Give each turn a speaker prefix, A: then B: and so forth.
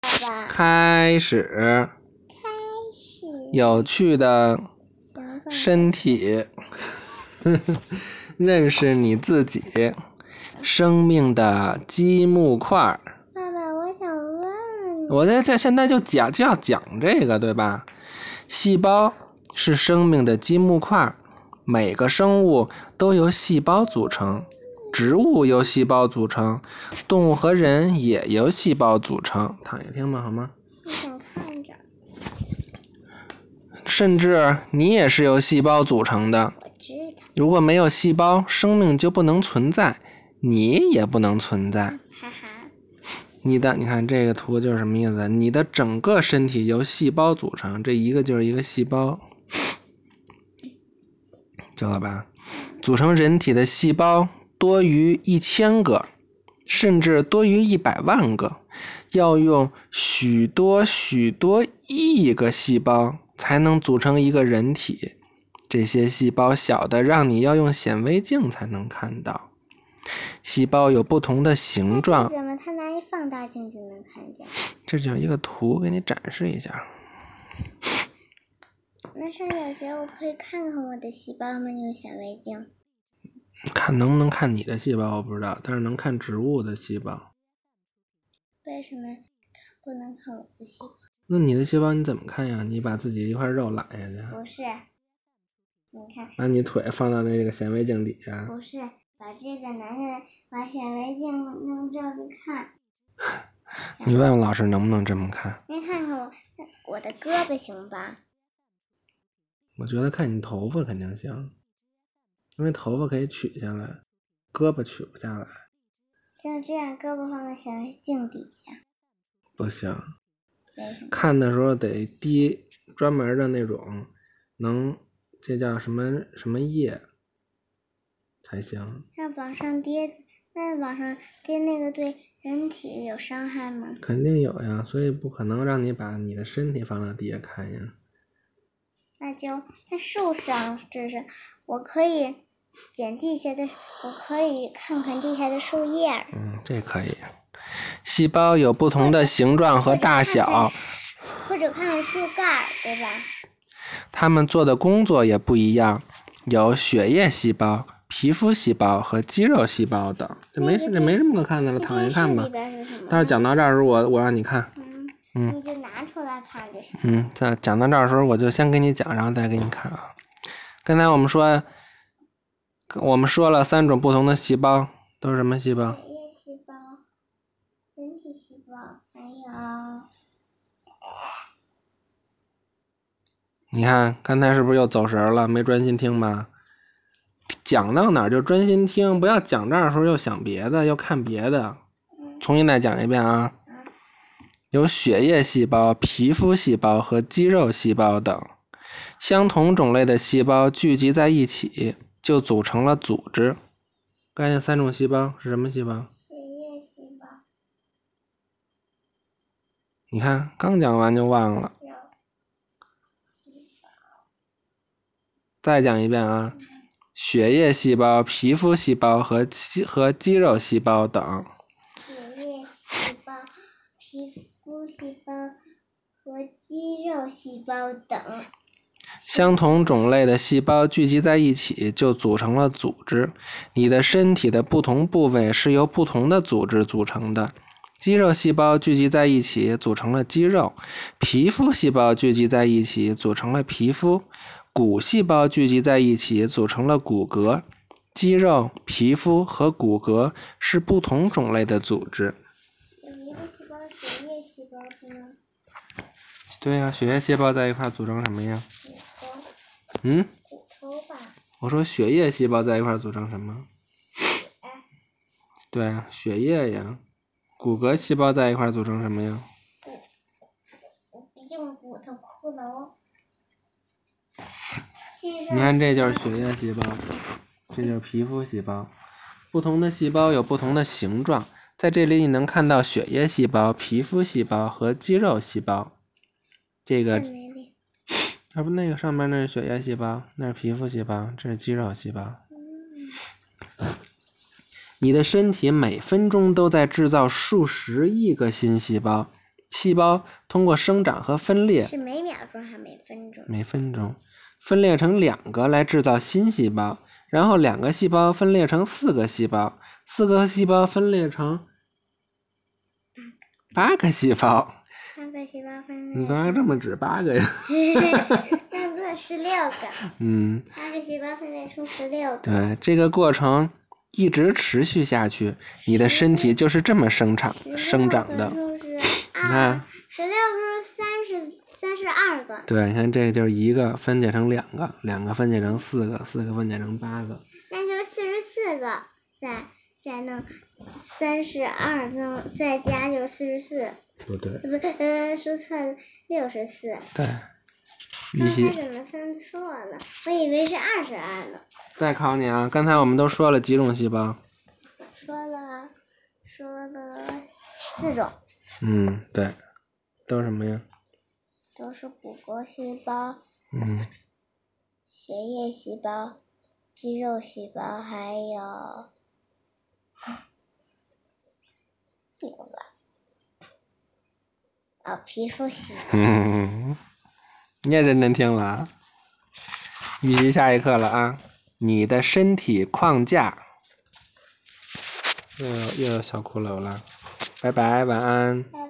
A: 吧，
B: 开始
A: 开始
B: 有趣的
A: 旋转
B: 身体， 认识你自己，生命的积木块儿。
A: 爸爸，我想问你，
B: 我在这现在就讲就要讲这个，对吧？细胞是生命的积木块儿，每个生物都由细胞组成，植物由细胞组成，动物和人也由细胞组成。躺下听吧，好吗？
A: 我想看着，
B: 甚至你也是由细胞组成的。
A: 我知道，
B: 如果没有细胞，生命就不能存在，你也不能存在。
A: 哈哈，
B: 你的，你看这个图就是什么意思？你的整个身体由细胞组成，这一个就是一个细胞，知道了吧？组成人体的细胞多于一千个，甚至多于一百万个，要用许多许多亿个细胞才能组成一个人体。这些细胞小的让你要用显微镜才能看到。细胞有不同的形状，
A: 怎么他拿一放大镜就能看见？
B: 这就一个图，给你展示一下。
A: 那上小学我可以看看我的细胞吗？用显微镜？
B: 看能不能看你的细胞，我不知道，但是能看植物的细胞。
A: 为什么不能看我的细胞？
B: 那你的细胞你怎么看呀？你把自己一块肉揽下去，
A: 不是，你看，
B: 把你腿放到那个显微镜底下，
A: 不是，把这个拿下来，把显微镜弄这么看，
B: 你问问老师能不能这么看？
A: 您看看我我的胳膊行吧？
B: 我觉得看你头发肯定行，因为头发可以取下来，胳膊取不下来，
A: 像这样，胳膊放在显微镜底下，
B: 不行。
A: 为什么？
B: 看的时候得滴专门的那种，能这叫什么什么液才行。
A: 那往上跌，那往上跌那个对人体有伤害吗？
B: 肯定有呀，所以不可能让你把你的身体放到地下看呀。
A: 那就那树上，这是我可以捡地下的，我可以看看地下的树叶儿。
B: 嗯，这可以。细胞有不同的形状和大小，
A: 或者看看树干儿，对吧？
B: 它们做的工作也不一样，有血液细胞、皮肤细胞和肌肉细胞等。这没这没什么可看的了，
A: 那
B: 躺
A: 电
B: 下
A: 视
B: 看
A: 里
B: 吧。
A: 边是什么？
B: 但是讲到这儿的时候，我我让你看，
A: 嗯，你就拿出来看就是。
B: 嗯，在讲到这儿的时候，我就先给你讲，然后再给你看啊。刚才我们说，我们说了三种不同的细胞，都是什么细胞？
A: 血液细胞、人体细胞，还有
B: 你看刚才是不是又走神儿了？没专心听吧？讲到哪儿就专心听，不要讲这儿的时候又想别的，又看别的。重新再讲一遍啊！有血液细胞、皮肤细胞和肌肉细胞等，相同种类的细胞聚集在一起，就组成了组织。刚才那三种细胞是什么细胞？
A: 血液细胞、
B: 你看，刚讲完就忘了。
A: 有
B: 再讲一遍啊，血液细胞、皮肤细胞和肌和肌肉细胞等。
A: 血液细胞、皮肤细胞和肌肉细胞等。
B: 相同种类的细胞聚集在一起，就组成了组织。你的身体的不同部位是由不同的组织组成的。肌肉细胞聚集在一起，组成了肌肉；皮肤细胞聚集在一起，组成了皮肤；骨细胞聚集在一起，组成了骨骼。肌肉、皮肤和骨骼是不同种类的组织。
A: 有一个细胞血液细胞是吗？
B: 对呀、血液细胞在一块儿组成什么呀？
A: 骨头，
B: 嗯，
A: 骨头吧，
B: 我说血液细胞在一块儿组成什么？对啊，血液呀，骨骼细胞在一块儿组成什么呀？
A: 用骨头骷髅。肌肉
B: 你看，这就是血液细胞，这就是皮肤细胞。不同的细胞有不同的形状，在这里你能看到血液细胞、皮肤细胞和肌肉细胞。这个，
A: 在哪里？
B: 要不那个上面那是血液细胞，那是皮肤细胞，这是肌肉细胞。你的身体每分钟都在制造数十亿个新细胞，细胞通过生长和分裂，
A: 是每秒钟还每分钟？
B: 每分钟分裂成两个来制造新细胞，然后两个细胞分裂成四个细胞，四个细胞分裂成八个细胞。
A: 三个细胞分
B: 你
A: 裂
B: 刚刚这么指八个呀？
A: 成， 那个十六个，
B: 嗯，
A: 八个细胞分裂出十六个。
B: 对，这个过程一直持续下去，你的身体就是这么生长生长的。
A: 啊 就是
B: 看啊
A: 二，十六个是三十三十二个，
B: 对，你看这个就是一个分解成两个，两个分解成四个，四个分解成八个。
A: 那就是四十四个，再再弄三十二，弄再加就是四十四，
B: 不对，
A: 不呃说错了，六十四。
B: 对，
A: 那
B: 预习
A: 他怎么算错了？我以为是二十二呢。
B: 再考你啊！刚才我们都说了几种细胞，
A: 说了说了四种，
B: 嗯，对，都是什么呀？
A: 都是骨骼细胞、
B: 嗯，
A: 血液细胞、肌肉细胞，还有 有吧？哦，皮肤细胞。
B: 你也认真听了啊！预习下一课了啊！你的身体框架，又有又有小骷髅了，拜拜，晚安。
A: 拜拜。